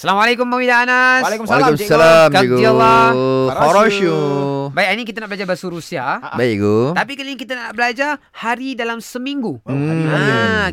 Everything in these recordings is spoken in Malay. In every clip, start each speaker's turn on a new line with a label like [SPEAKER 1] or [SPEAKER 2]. [SPEAKER 1] Assalamualaikum Mami dan Anas.
[SPEAKER 2] Waalaikumsalam,
[SPEAKER 3] Waalaikumsalam
[SPEAKER 1] cikgu.
[SPEAKER 3] cikgu.
[SPEAKER 1] Kagdiallah.
[SPEAKER 3] Kharashu.
[SPEAKER 1] Baik, hari ni kita nak belajar bahasa Rusia.
[SPEAKER 3] Baik cikgu.
[SPEAKER 1] Tapi kali ni kita nak belajar hari dalam seminggu.
[SPEAKER 3] Hmm.
[SPEAKER 1] Ha,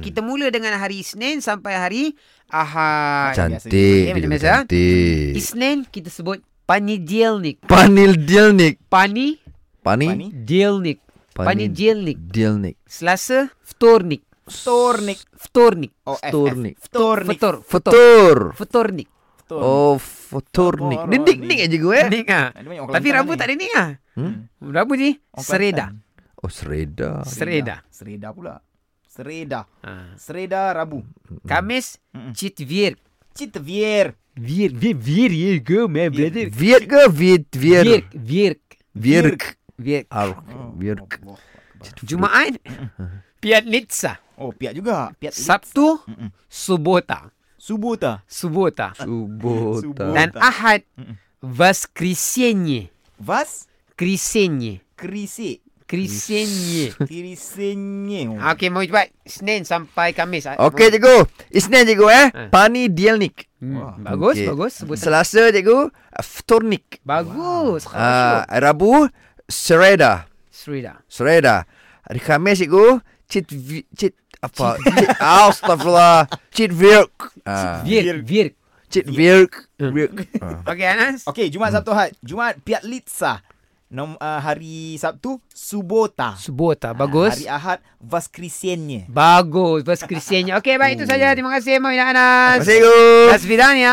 [SPEAKER 1] kita mula dengan hari Isnin sampai hari Ahad.
[SPEAKER 3] Cantik.
[SPEAKER 1] Okey, macam
[SPEAKER 3] dia
[SPEAKER 1] biasa. ya.
[SPEAKER 3] Cantik.
[SPEAKER 1] Isnin kita sebut Panidilnik.
[SPEAKER 3] Panil Dilnik.
[SPEAKER 1] Pani
[SPEAKER 3] Pani?
[SPEAKER 2] Pani?
[SPEAKER 1] Dilnik. Panidilnik.
[SPEAKER 3] Dilnik.
[SPEAKER 1] Selasa Vtornik.
[SPEAKER 2] Vtornik.
[SPEAKER 1] Vtornik.
[SPEAKER 2] Oh, F, F.
[SPEAKER 3] Vtornik.
[SPEAKER 2] Vtornik.
[SPEAKER 1] Vtor. Vtor.
[SPEAKER 3] Futur.
[SPEAKER 1] Vtornik.
[SPEAKER 3] Oh, Futurnik. Dia dik-dik aja gue.
[SPEAKER 1] Nik ah. Tapi Rabu tak ada ni ah.
[SPEAKER 3] Hmm?
[SPEAKER 1] Rabu ni Sereda.
[SPEAKER 3] Oh, Sereda.
[SPEAKER 1] Sereda.
[SPEAKER 2] Sereda pula. Sereda.
[SPEAKER 1] Ha.
[SPEAKER 2] Sereda Rabu.
[SPEAKER 3] Hmm.
[SPEAKER 1] Kamis
[SPEAKER 2] Mm-mm.
[SPEAKER 1] Citvir.
[SPEAKER 2] Citvier.
[SPEAKER 1] Vir, vir, vir, vir, go, my brother.
[SPEAKER 3] Viet ke Viet? Vier.
[SPEAKER 1] Virk, virk,
[SPEAKER 3] Virk.
[SPEAKER 1] virk.
[SPEAKER 3] Ark.
[SPEAKER 1] Oh,
[SPEAKER 2] Oh.
[SPEAKER 3] Virk.
[SPEAKER 2] Allah.
[SPEAKER 1] Jumaat, Piatnica.
[SPEAKER 2] Oh, piat juga. Piat
[SPEAKER 1] Sabtu,
[SPEAKER 3] Hmm.
[SPEAKER 2] Mm-mm.
[SPEAKER 1] Subota.
[SPEAKER 2] Subuta.
[SPEAKER 1] Subota.
[SPEAKER 3] Subota.
[SPEAKER 1] Dan Ahad,
[SPEAKER 3] Hmm.
[SPEAKER 2] Mm-mm.
[SPEAKER 1] Воскресенье.
[SPEAKER 2] Vas
[SPEAKER 1] Кресенье.
[SPEAKER 2] krisi.
[SPEAKER 1] Кресенье.
[SPEAKER 2] Tirisenye.
[SPEAKER 1] Okey, mau cepat. Senin sampai Kamis. ah.
[SPEAKER 3] Okey cikgu. Isnin cikgu eh.
[SPEAKER 1] Ah.
[SPEAKER 3] Pani Dilnik.
[SPEAKER 1] Hmm,
[SPEAKER 2] Wah.
[SPEAKER 1] Bagus,
[SPEAKER 3] Okey.
[SPEAKER 1] bagus. Sebut sama.
[SPEAKER 3] Selasa cikgu Futurnik.
[SPEAKER 1] Bagus.
[SPEAKER 3] Ah,
[SPEAKER 1] Khasyuk.
[SPEAKER 3] Rabu Sereda.
[SPEAKER 1] Serida.
[SPEAKER 3] Sereda. Hari Khamis cikgu cit vi- cit apa? Cit, ah, astagfirullah. Cit virk. Ah,
[SPEAKER 1] Virk, virk.
[SPEAKER 3] cit virk.
[SPEAKER 1] Hmm.
[SPEAKER 3] Virk. Ah.
[SPEAKER 1] Okey, Anas.
[SPEAKER 2] Okey, Jumaat Sabtu Ahad. Jumaat Piat Litsa. Nom, uh, hari Sabtu Subota.
[SPEAKER 1] Subota. Bagus.
[SPEAKER 2] Hari Ahad Vaskrisenye.
[SPEAKER 1] Bagus. Voskresenye. Okey, baik. Itu saja. Terima kasih, Mami dan Anas. ya.
[SPEAKER 3] Cikgu.
[SPEAKER 1] До свидания.